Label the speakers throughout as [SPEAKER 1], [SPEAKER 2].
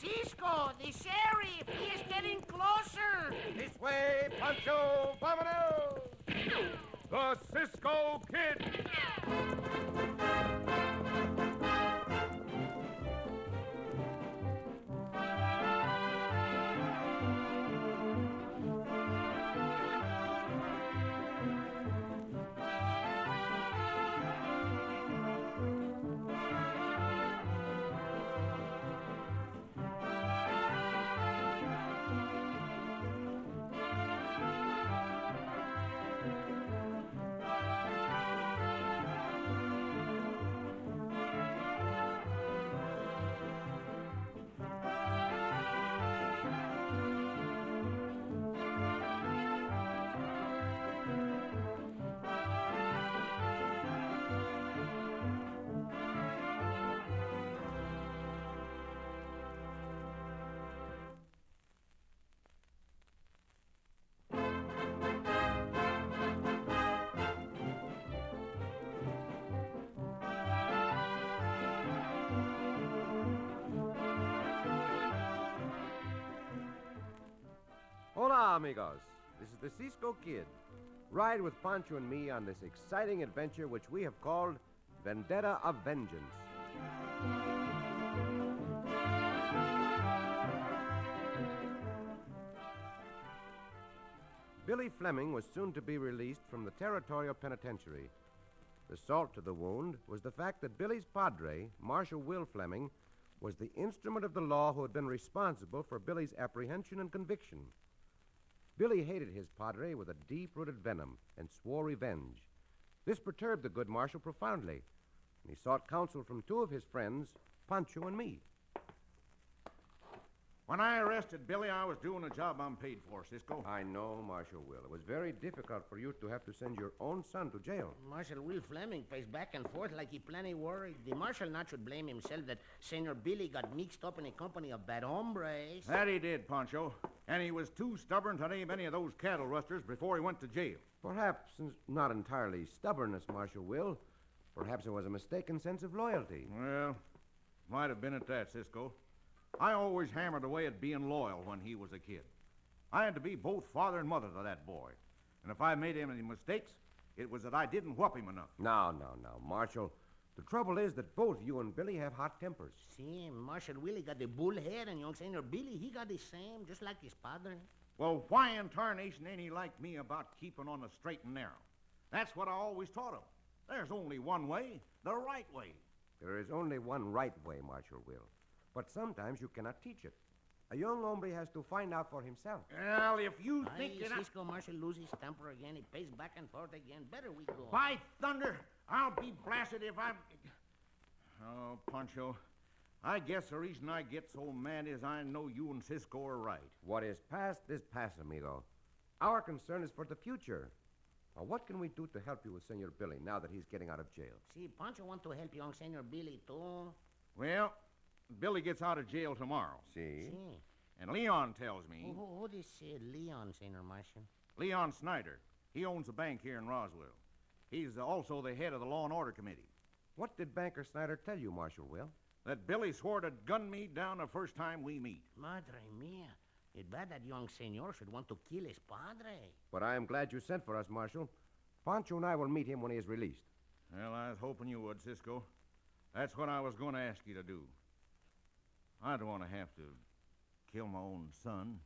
[SPEAKER 1] Cisco, the sheriff, he is getting closer.
[SPEAKER 2] This way, Pancho Vamanos! The Cisco Kid!
[SPEAKER 3] Hola, amigos. This is the Cisco Kid. Ride with Pancho and me on this exciting adventure which we have called Vendetta of Vengeance. Billy Fleming was soon to be released from the territorial penitentiary. The salt to the wound was the fact that Billy's padre, Marshal Will Fleming, was the instrument of the law who had been responsible for Billy's apprehension and conviction. Billy hated his padre with a deep rooted venom and swore revenge. This perturbed the good marshal profoundly, and he sought counsel from two of his friends, Pancho and me.
[SPEAKER 4] When I arrested Billy, I was doing a job I'm paid for, Cisco.
[SPEAKER 3] I know, Marshal Will. It was very difficult for you to have to send your own son to jail.
[SPEAKER 1] Marshal Will Fleming plays back and forth like he plenty worried. The marshal not should blame himself that Senor Billy got mixed up in a company of bad hombres.
[SPEAKER 4] That he did, Poncho. And he was too stubborn to name any of those cattle rusters before he went to jail.
[SPEAKER 3] Perhaps it's not entirely stubbornness, Marshal Will. Perhaps it was a mistaken sense of loyalty.
[SPEAKER 4] Well, might have been at that, Cisco. I always hammered away at being loyal when he was a kid. I had to be both father and mother to that boy. And if I made any mistakes, it was that I didn't whoop him enough.
[SPEAKER 3] No, no, no, Marshal. The trouble is that both you and Billy have hot tempers.
[SPEAKER 1] See, Marshal Willie got the bull head, and young Senor Billy, he got the same, just like his padre.
[SPEAKER 4] Well, why in tarnation ain't he like me about keeping on the straight and narrow? That's what I always taught him. There's only one way, the right way.
[SPEAKER 3] There is only one right way, Marshal Will. But sometimes you cannot teach it. A young hombre has to find out for himself.
[SPEAKER 4] Well, if you
[SPEAKER 1] Aye,
[SPEAKER 4] think that I...
[SPEAKER 1] Cisco Marshal loses temper again. He pays back and forth again. Better we go.
[SPEAKER 4] By thunder, I'll be blasted if I'm. Oh, Poncho, I guess the reason I get so mad is I know you and Cisco are right.
[SPEAKER 3] What is past is past, amigo. Our concern is for the future. Now, what can we do to help you with Senor Billy now that he's getting out of jail?
[SPEAKER 1] See, Pancho want to help young Senor Billy, too.
[SPEAKER 4] Well, Billy gets out of jail tomorrow,
[SPEAKER 3] See?
[SPEAKER 1] See,
[SPEAKER 4] and Leon tells me
[SPEAKER 1] who, who, who this uh, Leon, Senor Marshal?
[SPEAKER 4] Leon Snyder. He owns a bank here in Roswell. He's also the head of the Law and Order Committee.
[SPEAKER 3] What did Banker Snyder tell you, Marshal Will?
[SPEAKER 4] That Billy swore to gun me down the first time we meet.
[SPEAKER 1] Madre mia. It's bad that young senor should want to kill his padre.
[SPEAKER 3] But I am glad you sent for us, Marshal. Pancho and I will meet him when he is released.
[SPEAKER 4] Well, I was hoping you would, Cisco. That's what I was going to ask you to do. I don't want to have to kill my own son.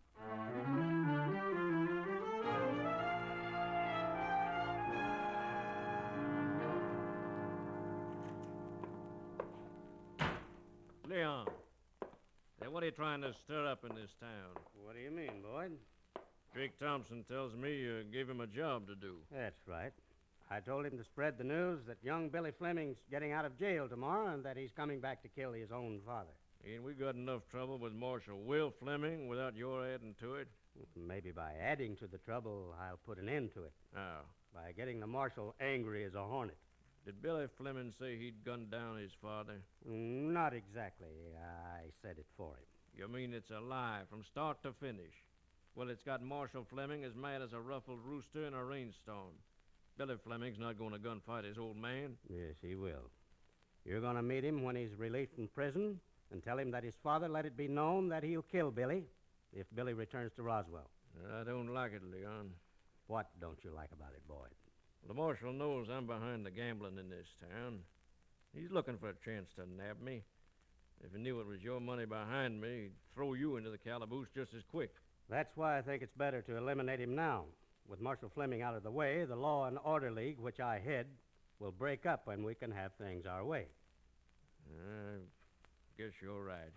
[SPEAKER 5] Leon, now what are you trying to stir up in this town?
[SPEAKER 6] What do you mean, Lloyd?
[SPEAKER 5] Jake Thompson tells me you gave him a job to do.
[SPEAKER 6] That's right. I told him to spread the news that young Billy Fleming's getting out of jail tomorrow and that he's coming back to kill his own father.
[SPEAKER 5] Ain't we got enough trouble with Marshal Will Fleming without your adding to it?
[SPEAKER 6] Maybe by adding to the trouble, I'll put an end to it.
[SPEAKER 5] Oh.
[SPEAKER 6] By getting the marshal angry as a hornet.
[SPEAKER 5] Did Billy Fleming say he'd gunned down his father?
[SPEAKER 6] Not exactly. I said it for him.
[SPEAKER 5] You mean it's a lie from start to finish? Well, it's got Marshal Fleming as mad as a ruffled rooster in a rainstorm. Billy Fleming's not going to gunfight his old man.
[SPEAKER 6] Yes, he will. You're going to meet him when he's released from prison and tell him that his father let it be known that he'll kill Billy if Billy returns to Roswell.
[SPEAKER 5] I don't like it, Leon.
[SPEAKER 6] What don't you like about it, Boyd?
[SPEAKER 5] The marshal knows I'm behind the gambling in this town. He's looking for a chance to nab me. If he knew it was your money behind me, he'd throw you into the calaboose just as quick.
[SPEAKER 6] That's why I think it's better to eliminate him now. With Marshal Fleming out of the way, the Law and Order League, which I head, will break up when we can have things our way.
[SPEAKER 5] I Uh, guess you're right.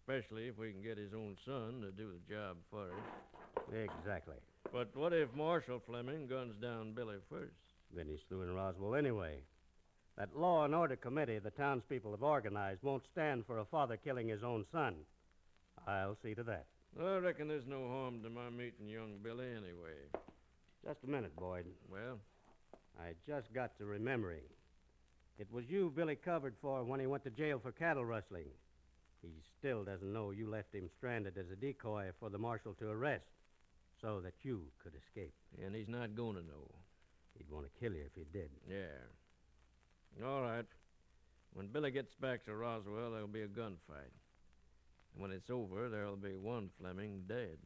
[SPEAKER 5] Especially if we can get his own son to do the job for us.
[SPEAKER 6] Exactly.
[SPEAKER 5] But what if Marshal Fleming guns down Billy first?
[SPEAKER 6] Then he's through in Roswell anyway. That law and order committee the townspeople have organized won't stand for a father killing his own son. I'll see to that.
[SPEAKER 5] I reckon there's no harm to my meeting young Billy anyway.
[SPEAKER 6] Just a minute, Boyd.
[SPEAKER 5] Well,
[SPEAKER 6] I just got to remembering. It was you Billy covered for when he went to jail for cattle rustling. He still doesn't know you left him stranded as a decoy for the marshal to arrest so that you could escape.
[SPEAKER 5] and he's not going to know.
[SPEAKER 6] He'd want to kill you if he did.
[SPEAKER 5] Yeah. All right. When Billy gets back to Roswell, there'll be a gunfight. And when it's over, there'll be one Fleming dead.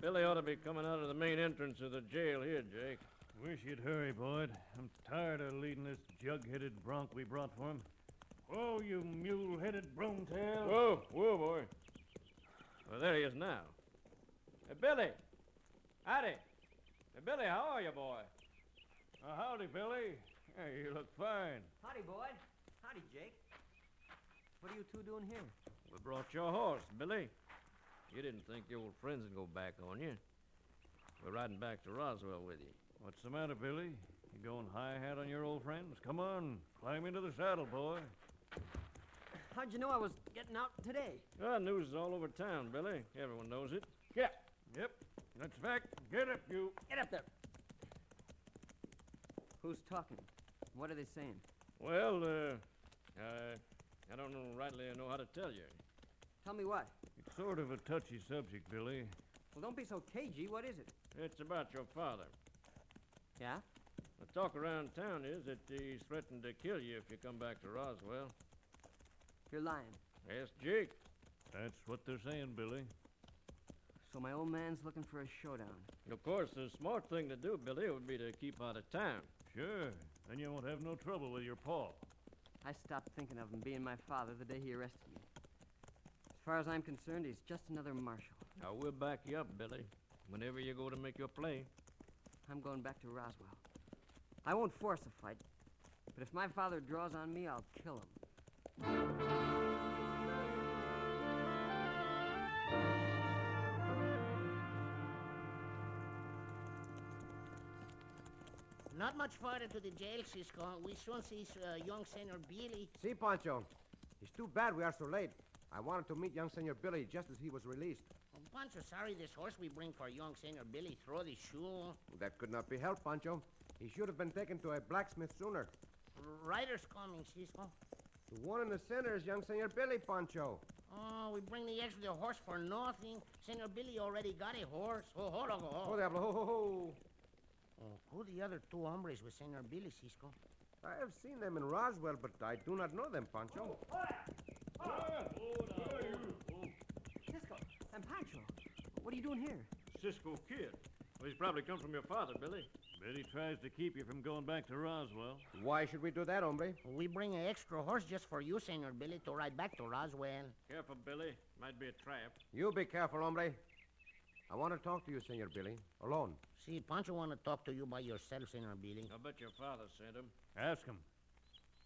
[SPEAKER 5] Billy ought to be coming out of the main entrance of the jail here, Jake.
[SPEAKER 7] Wish you'd hurry, Boyd. I'm tired of leading this jug-headed bronc we brought for him. Whoa, you mule-headed broomtail!
[SPEAKER 5] Whoa, whoa, boy. Well, there he is now. Hey, Billy. Howdy. Hey, Billy, how are you, boy?
[SPEAKER 7] Uh, howdy, Billy. Hey, you look fine.
[SPEAKER 8] Howdy, Boyd. Howdy, Jake. What are you two doing here?
[SPEAKER 5] We brought your horse, Billy. You didn't think your old friends would go back on you. We're riding back to Roswell with you.
[SPEAKER 7] What's the matter, Billy? You going high-hat on your old friends? Come on, climb into the saddle, boy.
[SPEAKER 8] How'd you know I was getting out today?
[SPEAKER 5] Ah, news is all over town, Billy. Everyone knows it.
[SPEAKER 7] Yeah. Yep. That's fact. Get up, you.
[SPEAKER 8] Get up there. Who's talking? What are they saying?
[SPEAKER 5] Well, uh, I, I don't know rightly I know how to tell you.
[SPEAKER 8] Tell me what.
[SPEAKER 7] It's sort of a touchy subject, Billy.
[SPEAKER 8] Well, don't be so cagey. What is it?
[SPEAKER 5] It's about your father.
[SPEAKER 8] Yeah?
[SPEAKER 5] The talk around town is that he's threatened to kill you if you come back to Roswell.
[SPEAKER 8] You're lying.
[SPEAKER 5] Ask Jake.
[SPEAKER 7] That's what they're saying, Billy.
[SPEAKER 8] So my old man's looking for a showdown.
[SPEAKER 5] Of course, the smart thing to do, Billy, would be to keep out of town.
[SPEAKER 7] Sure. Then you won't have no trouble with your paw.
[SPEAKER 8] I stopped thinking of him being my father the day he arrested me. As far as I'm concerned, he's just another marshal.
[SPEAKER 5] Now, we'll back you up, Billy, whenever you go to make your play.
[SPEAKER 8] I'm going back to Roswell. I won't force a fight, but if my father draws on me, I'll kill him.
[SPEAKER 1] Not much farther to the jail, Cisco. We soon see uh, young Senor Billy.
[SPEAKER 3] See, Pancho, it's too bad we are so late. I wanted to meet young Senor Billy just as he was released.
[SPEAKER 1] Oh, Pancho, sorry this horse we bring for young Senor Billy throw the shoe.
[SPEAKER 3] That could not be helped, Pancho. He should have been taken to a blacksmith sooner.
[SPEAKER 1] Riders coming, Cisco.
[SPEAKER 3] The one in the center is young Senor Billy, Pancho.
[SPEAKER 1] Oh, we bring the extra horse for nothing. Senor Billy already got a horse. Oh, hold on,
[SPEAKER 3] Oh,
[SPEAKER 1] hold on.
[SPEAKER 3] diablo, ho, ho, ho.
[SPEAKER 1] Oh, who the other two hombres with Senor Billy, Cisco?
[SPEAKER 3] I have seen them in Roswell, but I do not know them, Pancho.
[SPEAKER 8] Cisco and Pancho, what are you doing here?
[SPEAKER 5] Cisco Kid. Well, he's probably come from your father, Billy.
[SPEAKER 7] Betty tries to keep you from going back to Roswell.
[SPEAKER 3] Why should we do that, hombre?
[SPEAKER 1] We bring an extra horse just for you, Senor Billy, to ride back to Roswell.
[SPEAKER 5] Careful, Billy. Might be a trap.
[SPEAKER 3] You be careful, hombre. I want to talk to you, Senor Billy, alone.
[SPEAKER 1] See, Pancho want to talk to you by yourself, Senor Billy.
[SPEAKER 5] I'll bet your father sent him.
[SPEAKER 7] Ask him.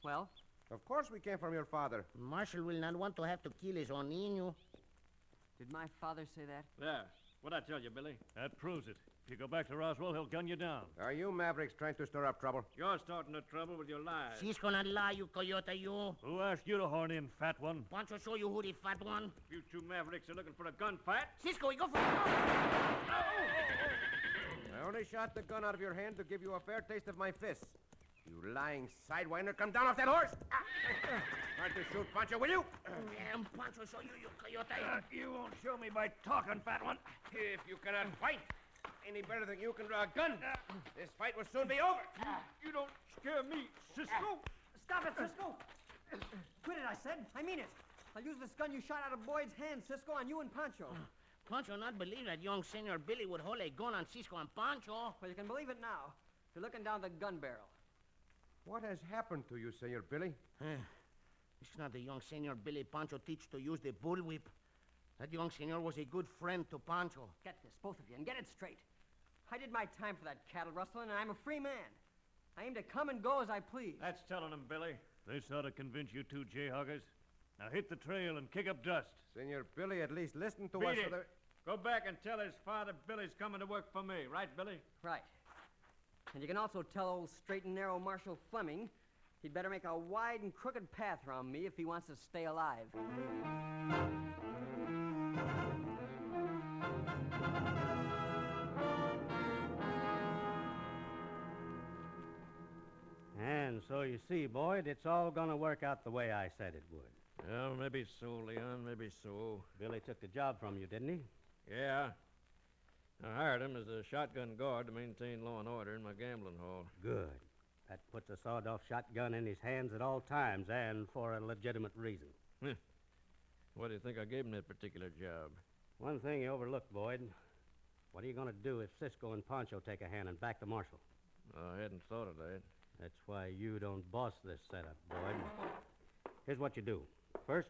[SPEAKER 8] Well,
[SPEAKER 3] Of course, we came from your father.
[SPEAKER 1] Marshal will not want to have to kill his own Innu.
[SPEAKER 8] did my father say that?
[SPEAKER 5] There. What'd I tell you, Billy?
[SPEAKER 7] That proves it. If you go back to Roswell, he'll gun you down.
[SPEAKER 3] Are you mavericks trying to stir up trouble?
[SPEAKER 5] You're starting the trouble with your lies.
[SPEAKER 1] She's gonna lie, you coyote, you.
[SPEAKER 7] Who asked you to horn in, fat one?
[SPEAKER 1] Want to show you who the fat one?
[SPEAKER 5] You two mavericks are looking for a gunfight.
[SPEAKER 1] Cisco, we go for it.
[SPEAKER 3] I only shot the gun out of your hand to give you a fair taste of my fists. You lying sidewinder, come down off that horse! Hard to shoot, Pancho, will you?
[SPEAKER 1] Damn, Pancho, show you, you coyote.
[SPEAKER 3] You won't show me by talking, fat one. If you cannot fight any better than you can draw a gun, this fight will soon be over.
[SPEAKER 5] You don't scare me, Cisco.
[SPEAKER 8] Stop it, Cisco! Quit it, I said. I mean it. I'll use this gun you shot out of Boyd's hand, Cisco, on you and Pancho.
[SPEAKER 1] Pancho not believe that young Senor Billy would hold a gun on Cisco and Pancho.
[SPEAKER 8] Well, you can believe it now. You're looking down the gun barrel.
[SPEAKER 3] What has happened to you, Senor Billy?
[SPEAKER 1] It's not the young Senor Billy Pancho teach to use the bullwhip. That young senor was a good friend to Pancho.
[SPEAKER 8] Get this, both of you, and get it straight. I did my time for that cattle rustling, and I'm a free man. I aim to come and go as I please.
[SPEAKER 5] That's telling him, Billy.
[SPEAKER 7] This ought to convince you two jayhoggers. Now hit the trail and kick up dust.
[SPEAKER 3] Senor Billy, at least listen to us.
[SPEAKER 5] Beat
[SPEAKER 3] for
[SPEAKER 5] it.
[SPEAKER 3] the-
[SPEAKER 5] Go back and tell his father Billy's coming to work for me, right, Billy?
[SPEAKER 8] Right. And you can also tell old straight and narrow Marshal Fleming he'd better make a wide and crooked path around me if he wants to stay alive.
[SPEAKER 6] And so you see, Boyd, it's all going to work out the way I said it would.
[SPEAKER 5] Well, maybe so, Leon, maybe so.
[SPEAKER 6] Billy took the job from you, didn't he?
[SPEAKER 5] Yeah. I hired him as a shotgun guard to maintain law and order in my gambling hall.
[SPEAKER 6] Good. That puts a sawed-off shotgun in his hands at all times and for a legitimate reason.
[SPEAKER 5] What do you think I gave him that particular job?
[SPEAKER 6] One thing you overlooked, Boyd. What are you going to do if Cisco and Pancho take a hand and back the marshal?
[SPEAKER 5] I hadn't thought of that.
[SPEAKER 6] That's why you don't boss this setup, Boyd. Here's what you do. First,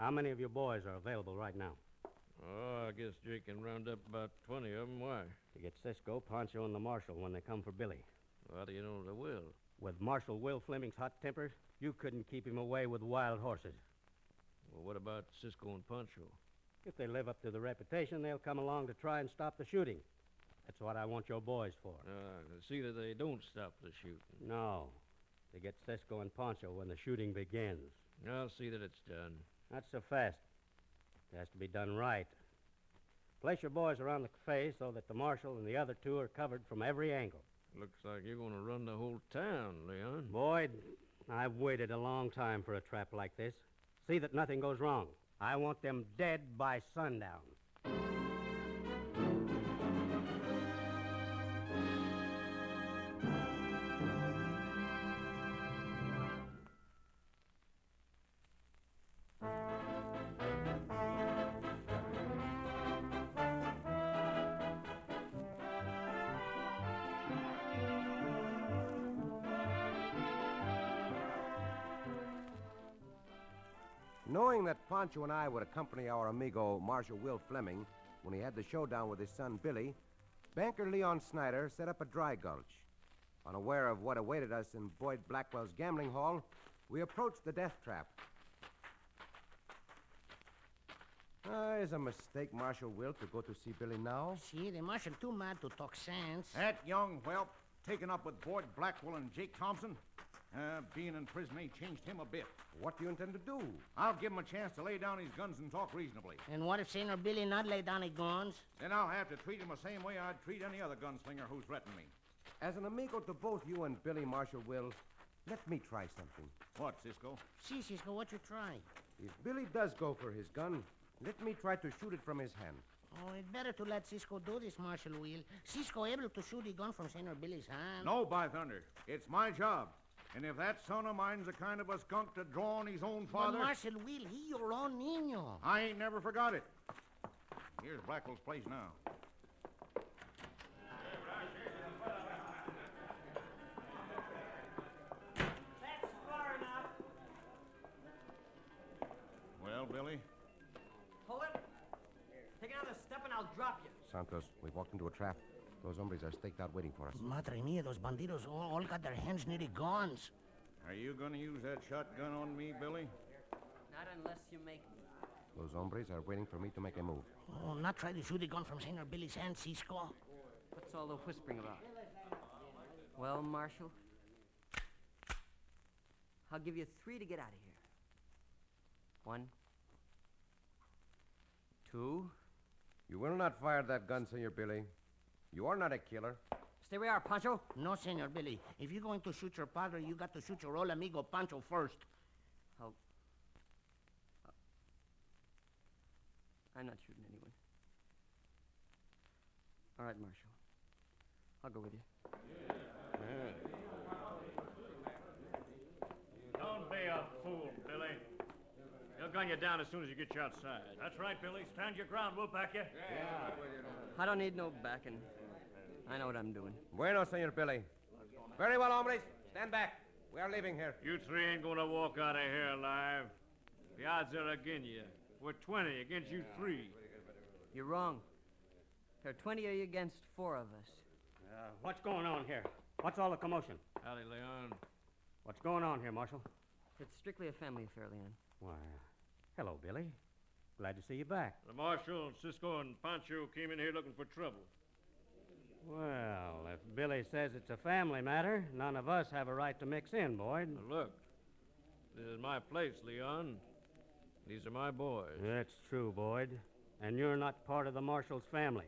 [SPEAKER 6] how many of your boys are available right now?
[SPEAKER 5] Oh, I guess Jake can round up about 20 of 'em. Why?
[SPEAKER 6] To get Cisco, Pancho, and the marshal when they come for Billy.
[SPEAKER 5] How do you know they will?
[SPEAKER 6] With Marshal Will Fleming's hot temper, you couldn't keep him away with wild horses.
[SPEAKER 5] Well, what about Cisco and Pancho?
[SPEAKER 6] If they live up to the reputation, they'll come along to try and stop the shooting. That's what I want your boys for.
[SPEAKER 5] Uh, see that they don't stop the shooting.
[SPEAKER 6] No, to get Cisco and Pancho when the shooting begins.
[SPEAKER 5] I'll see that it's done.
[SPEAKER 6] Not so fast. It has to be done right. Place your boys around the cafe so that the marshal and the other two are covered from every angle.
[SPEAKER 5] Looks like you're going to run the whole town, Leon.
[SPEAKER 6] Boyd, I've waited a long time for a trap like this. See that nothing goes wrong. I want them dead by sundown.
[SPEAKER 3] Knowing that Pancho and I would accompany our amigo, Marshal Will Fleming, when he had the showdown with his son Billy, banker Leon Snyder set up a dry gulch. Unaware of what awaited us in Boyd Blackwell's gambling hall, we approached the death trap. Ah, it's a mistake, Marshal Will, to go to see Billy now.
[SPEAKER 1] See, the marshal too mad to talk sense.
[SPEAKER 4] That young whelp, taken up with Boyd Blackwell and Jake Thompson, uh, being in prison ain't changed him a bit.
[SPEAKER 3] What do you intend to do?
[SPEAKER 4] I'll give him a chance to lay down his guns and talk reasonably.
[SPEAKER 1] And what if Senor Billy not lay down his guns?
[SPEAKER 4] Then I'll have to treat him the same way I'd treat any other gunslinger who threatened me.
[SPEAKER 3] As an amigo to both you and Billy, Marshal Will, let me try something.
[SPEAKER 4] What, Cisco?
[SPEAKER 1] See, Cisco, what you try?
[SPEAKER 3] If Billy does go for his gun, let me try to shoot it from his hand.
[SPEAKER 1] Oh, it's better to let Cisco do this, Marshal Will. Cisco able to shoot the gun from Senor Billy's hand.
[SPEAKER 4] No, by thunder. It's my job. And if that son of mine's the kind of a skunk to draw on his own
[SPEAKER 1] But
[SPEAKER 4] father,
[SPEAKER 1] Marshal Will, he your own niño.
[SPEAKER 4] I ain't never forgot it. Here's Blackwell's place now.
[SPEAKER 8] That's far enough.
[SPEAKER 4] Well, Billy,
[SPEAKER 8] Pull it. Take another step, and I'll drop you.
[SPEAKER 3] Santos, we walked into a trap. Those hombres are staked out waiting for us.
[SPEAKER 1] Madre mia, those bandidos all, all got their hands near the guns.
[SPEAKER 4] are you going to use that shotgun on me, Billy?
[SPEAKER 8] Not unless you make me.
[SPEAKER 3] Those hombres are waiting for me to make a move.
[SPEAKER 1] Oh, not try to shoot the gun from Senor Billy's hand, Cisco.
[SPEAKER 8] What's all the whispering about? Well, Marshal, I'll give you three to get out of here. One, two.
[SPEAKER 3] You will not fire that gun, Senor Billy. You are not a killer.
[SPEAKER 8] Stay where you are, Pancho.
[SPEAKER 1] No, Senor Billy. If you're going to shoot your padre, you got to shoot your old amigo Pancho first.
[SPEAKER 8] I'll. uh, I'm not shooting anyone. All right, Marshal. I'll go with you.
[SPEAKER 7] Don't be a fool, Billy. They'll gun you down as soon as you get you outside. That's right, Billy. Stand your ground. We'll back you.
[SPEAKER 8] I don't need no backing. I know what I'm doing.
[SPEAKER 3] Bueno, Senor Billy. Very well, hombres. Stand back. We are leaving here.
[SPEAKER 7] You three ain't gonna walk out of here alive. The odds are against you. We're 20 against you three.
[SPEAKER 8] You're wrong. There are 20 of you against four of us.
[SPEAKER 6] Uh, what's going on here? What's all the commotion?
[SPEAKER 5] Howdy, Leon.
[SPEAKER 6] What's going on here, Marshal?
[SPEAKER 8] It's strictly a family affair, Leon.
[SPEAKER 6] Why, hello, Billy. Glad to see you back.
[SPEAKER 5] The marshal, Cisco, and Pancho came in here looking for trouble.
[SPEAKER 6] Well, if Billy says it's a family matter, none of us have a right to mix in, Boyd.
[SPEAKER 5] Now, look, this is my place, Leon. These are my boys.
[SPEAKER 6] That's true, Boyd. And you're not part of the Marshal's family.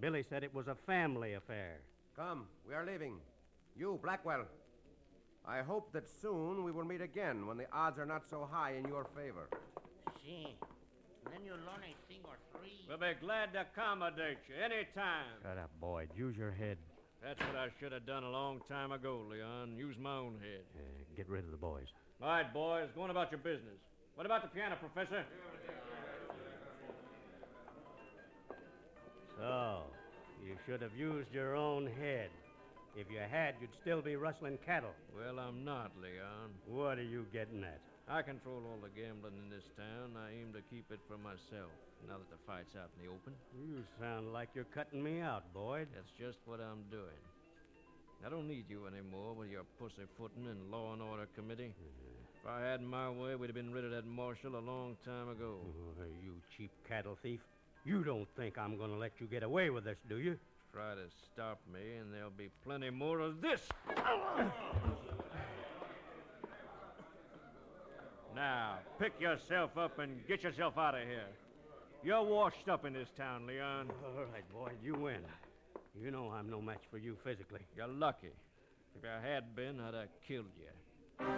[SPEAKER 6] Billy said it was a family affair.
[SPEAKER 3] Come, we are leaving. You, Blackwell. I hope that soon we will meet again when the odds are not so high in your favor.
[SPEAKER 1] See, then you learn a thing or three.
[SPEAKER 5] We'll be glad to accommodate you anytime.
[SPEAKER 6] Shut up, Boyd. Use your head.
[SPEAKER 5] That's what I should have done a long time ago, Leon. Use my own head.
[SPEAKER 6] Uh, get rid of the boys.
[SPEAKER 5] All right, boys, go on about your business. What about the piano, Professor?
[SPEAKER 6] So, Oh, you should have used your own head. If you had, you'd still be rustling cattle.
[SPEAKER 5] Well, I'm not, Leon.
[SPEAKER 6] What are you getting at?
[SPEAKER 5] I control all the gambling in this town. I aim to keep it for myself now that the fight's out in the open.
[SPEAKER 6] You sound like you're cutting me out, Boyd.
[SPEAKER 5] That's just what I'm doing. I don't need you anymore with your pussyfooting and law and order committee. If I had my way, we'd have been rid of that marshal a long time ago.
[SPEAKER 6] Oh, you cheap cattle thief. You don't think I'm going to let you get away with this, do you?
[SPEAKER 5] Try to stop me, and there'll be plenty more of this. now, pick yourself up and get yourself out of here. You're washed up in this town, Leon.
[SPEAKER 6] All right, Boyd, you win. You know I'm no match for you physically.
[SPEAKER 5] You're lucky. If I had been, I'd have killed you.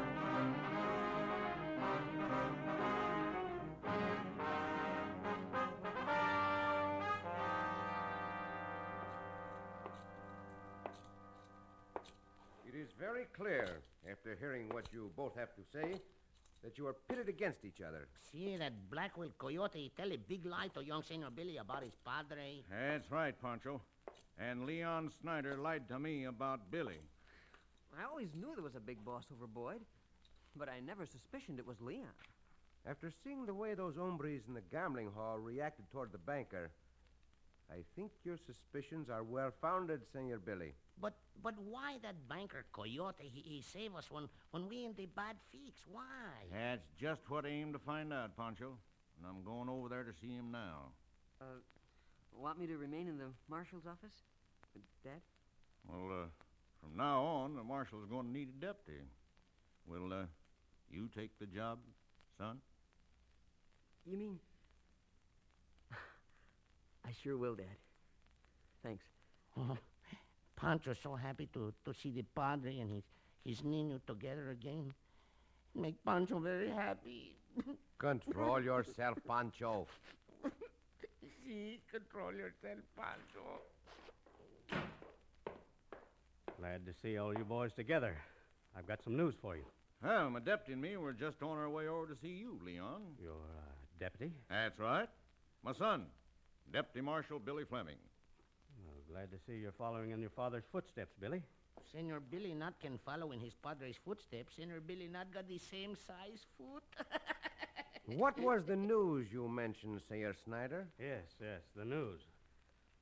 [SPEAKER 3] It is very clear, after hearing what you both have to say, that you are pitted against each other.
[SPEAKER 1] See that Blackwell Coyote he tell a big lie to young Senor Billy about his padre.
[SPEAKER 4] That's right, Pancho. And Leon Snyder lied to me about Billy.
[SPEAKER 8] I always knew there was a big boss over Boyd, but I never suspicioned it was Leon.
[SPEAKER 3] After seeing the way those hombres in the gambling hall reacted toward the banker, I think your suspicions are well founded, Senor Billy.
[SPEAKER 1] But but why that banker Coyote? He, he save us when when we in the bad fix. Why?
[SPEAKER 4] That's just what I aim to find out, Pancho. And I'm going over there to see him now.
[SPEAKER 8] Uh, Want me to remain in the marshal's office? Uh, Dad?
[SPEAKER 4] Well, uh, from now on, the marshal's going to need a deputy. Will uh, you take the job, son?
[SPEAKER 8] You mean. I sure will, Dad. Thanks.
[SPEAKER 1] Pancho's Uh-huh. so happy to, to see the padre and his, his Nino together again. Make Pancho very happy.
[SPEAKER 3] Control yourself, Pancho.
[SPEAKER 1] See, control yourself, Pancho.
[SPEAKER 6] Glad to see all you boys together. I've got some news for you.
[SPEAKER 4] Well, my deputy and me were just on our way over to see you, Leon.
[SPEAKER 6] Your uh, deputy?
[SPEAKER 4] That's right. My son, Deputy Marshal Billy Fleming.
[SPEAKER 6] Well, glad to see you're following in your father's footsteps, Billy.
[SPEAKER 1] Senor Billy not can follow in his padre's footsteps. Senor Billy not got the same size foot.
[SPEAKER 3] what was the news you mentioned, Senor Snyder?
[SPEAKER 6] Yes, yes, the news.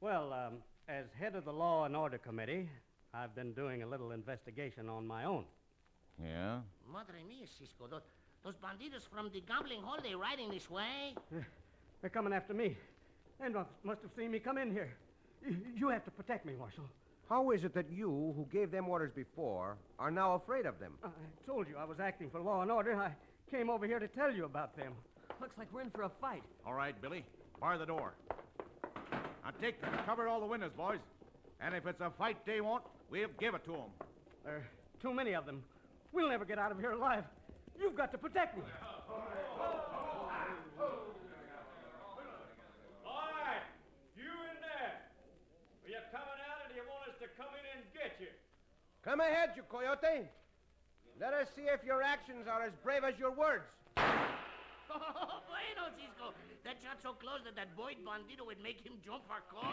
[SPEAKER 6] Well, um, as head of the Law and Order Committee, I've been doing a little investigation on my own.
[SPEAKER 4] Yeah?
[SPEAKER 1] Madre mia, Cisco, those, those bandidos from the gambling hall, they riding this way?
[SPEAKER 6] They're coming after me. Andros must have seen me come in here. Y- You have to protect me, Marshal.
[SPEAKER 3] How is it that you, who gave them orders before, are now afraid of them?
[SPEAKER 6] I told you I was acting for law and order. I came over here to tell you about them.
[SPEAKER 8] Looks like we're in for a fight.
[SPEAKER 4] All right, Billy. Bar the door. Now take them. Cover all the windows, boys. And if it's a fight they want, we'll give it to them.
[SPEAKER 6] There are too many of them. We'll never get out of here alive. You've got to protect me.
[SPEAKER 7] All right, you in there. Are you coming out, or do you want us to come in and get you?
[SPEAKER 3] Come ahead, you coyote. Let us see if your actions are as brave as your words.
[SPEAKER 1] Oh, bueno, Cisco. That shot so close that that Boyd bandito would make him jump for cover.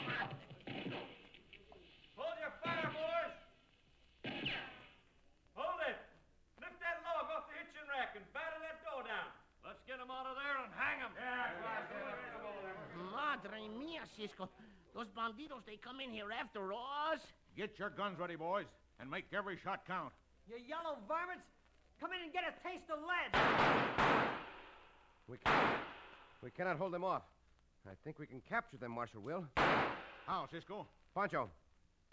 [SPEAKER 7] Hold your fire, boys. Hold it. Lift that log off the hitching rack and batter that door down. Let's get 'em out of there and hang 'em.
[SPEAKER 1] Madre mia, Cisco. Those banditos, they come in here after us.
[SPEAKER 4] Get your guns ready, boys, and make every shot count.
[SPEAKER 8] You yellow varmints! Come in and get a taste of lead!
[SPEAKER 3] We, can, we cannot hold them off. I think we can capture them, Marshal Will.
[SPEAKER 4] How, Cisco?
[SPEAKER 3] Pancho,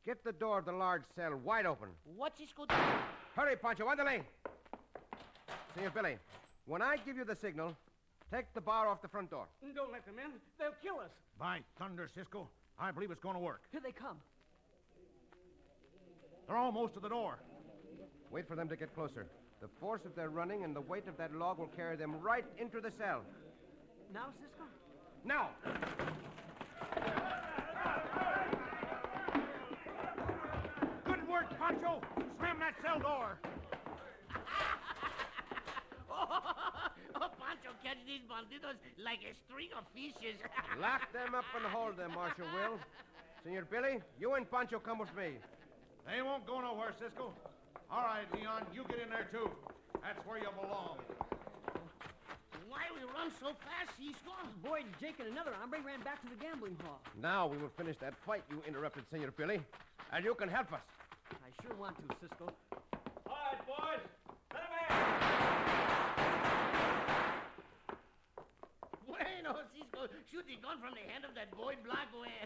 [SPEAKER 3] get the door of the large cell wide open.
[SPEAKER 1] What, Cisco? do?
[SPEAKER 3] Hurry, Pancho, underlay. Senor Billy, when I give you the signal, take the bar off the front door.
[SPEAKER 6] Don't let them in. They'll kill us.
[SPEAKER 4] By thunder, Cisco. I believe it's going to work.
[SPEAKER 8] Here they come.
[SPEAKER 4] They're almost to the door.
[SPEAKER 3] Wait for them to get closer. The force of their running and the weight of that log will carry them right into the cell.
[SPEAKER 8] Now, Cisco?
[SPEAKER 3] Now!
[SPEAKER 4] Good work, Pancho. Slam that cell door.
[SPEAKER 1] oh, Pancho, catch these banditos like a string of fishes.
[SPEAKER 3] Lock them up and hold them, Marshal Will. Senor Billy, you and Pancho come with me.
[SPEAKER 4] They won't go nowhere, Cisco. All right, Leon, you get in there, too. That's where you belong.
[SPEAKER 1] Why we run so fast, Cisco?
[SPEAKER 8] Boyd, Jake, and another hombre ran back to the gambling hall.
[SPEAKER 3] Now we will finish that fight you interrupted, Senor Billy. And you can help us.
[SPEAKER 8] I sure want to, Cisco.
[SPEAKER 7] All right, boys. Let 'em in.
[SPEAKER 1] Bueno, Cisco, shoot the gun from the hand of that Boyd Blackwell.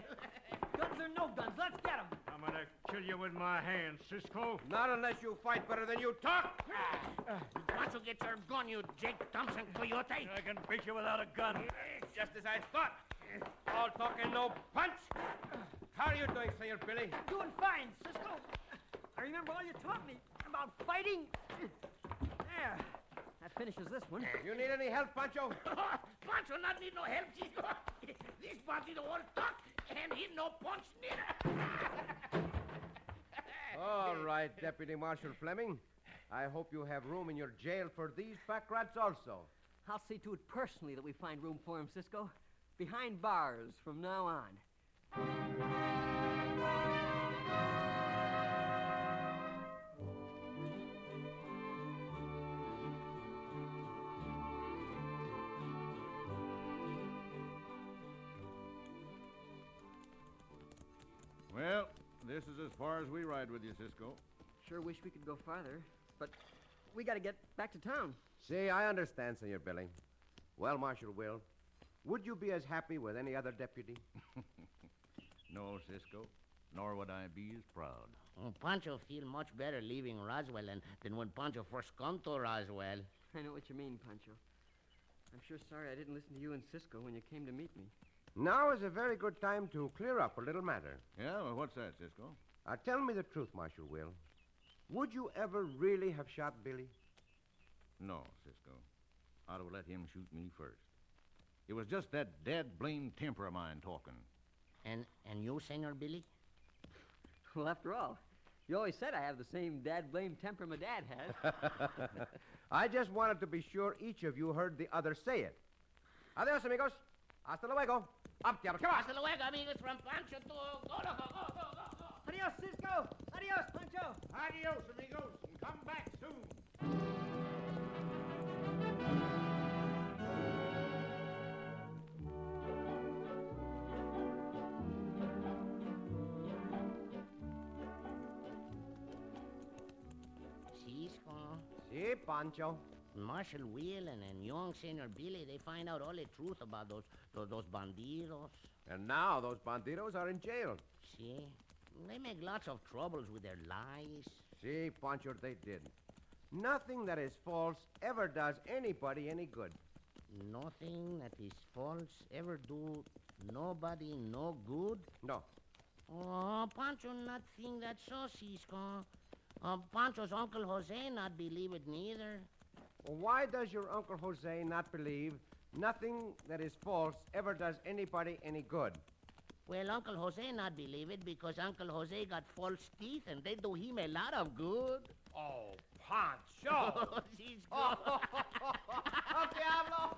[SPEAKER 8] Guns or no guns, let's get 'em.
[SPEAKER 7] I'm gonna kill you with my hands, Cisco.
[SPEAKER 3] Not unless you fight better than you talk.
[SPEAKER 1] Pancho, get your gun, you Jake Thompson coyote.
[SPEAKER 7] I can beat you without a gun.
[SPEAKER 3] Just as I thought. All talk and no punch. How are you doing, Senor Billy?
[SPEAKER 8] Doing fine, Cisco. I remember all you taught me about fighting. There. That finishes this one.
[SPEAKER 3] You need any help, Pancho?
[SPEAKER 1] Pancho not need no help, Cisco. This bandito won't talk, and he no punch neither.
[SPEAKER 3] All right, Deputy Marshal Fleming. I hope you have room in your jail for these pack rats also.
[SPEAKER 8] I'll see to it personally that we find room for him, Cisco. Behind bars from now on.
[SPEAKER 4] Well, this is as far as we ride with you, Cisco.
[SPEAKER 8] Sure wish we could go farther, but we gotta get back to town.
[SPEAKER 3] See, I understand, Senor Billy. Well, Marshal Will, would you be as happy with any other deputy?
[SPEAKER 4] No, Cisco. Nor would I be as proud.
[SPEAKER 1] Oh, Pancho feel much better leaving Roswell than, than when Pancho first come to Roswell.
[SPEAKER 8] I know what you mean, Pancho. I'm sure sorry I didn't listen to you and Cisco when you came to meet me.
[SPEAKER 3] Now is a very good time to clear up a little matter.
[SPEAKER 4] Yeah, well, what's that, Cisco?
[SPEAKER 3] Uh, tell me the truth, Marshal Will. Would you ever really have shot Billy?
[SPEAKER 4] No, Cisco. I'd have let him shoot me first. It was just that dad blamed temper of mine talking.
[SPEAKER 1] And and you, Senor Billy?
[SPEAKER 8] Well, after all, you always said I have the same dad blame temper my dad has.
[SPEAKER 3] I just wanted to be sure each of you heard the other say it. Adios, amigos. Hasta luego. Up, diablo. Come on.
[SPEAKER 1] Hasta luego, amigos, from Pancho to... Go, go, go, go, go, go.
[SPEAKER 8] Adios, Cisco! Adios, Pancho!
[SPEAKER 4] Adios, amigos, and come back soon.
[SPEAKER 1] Cisco,
[SPEAKER 3] Si, Pancho.
[SPEAKER 1] Marshal Whelan and young Senor Billy, they find out all the truth about those, those, those bandidos.
[SPEAKER 3] And now those bandidos are in jail.
[SPEAKER 1] See? They make lots of troubles with their lies.
[SPEAKER 3] See, Pancho, they did. Nothing that is false ever does anybody any good.
[SPEAKER 1] Nothing that is false ever do nobody no good.
[SPEAKER 3] No.
[SPEAKER 1] Oh, Pancho not think that so, Cisco. Oh, Pancho's Uncle Jose not believe it neither.
[SPEAKER 3] Why does your Uncle Jose not believe nothing that is false ever does anybody any good?
[SPEAKER 1] Well, Uncle Jose not believe it because Uncle Jose got false teeth and they do him a lot of good.
[SPEAKER 9] Oh, Pancho!
[SPEAKER 1] Oh, Cisco. Oh,
[SPEAKER 3] Diablo!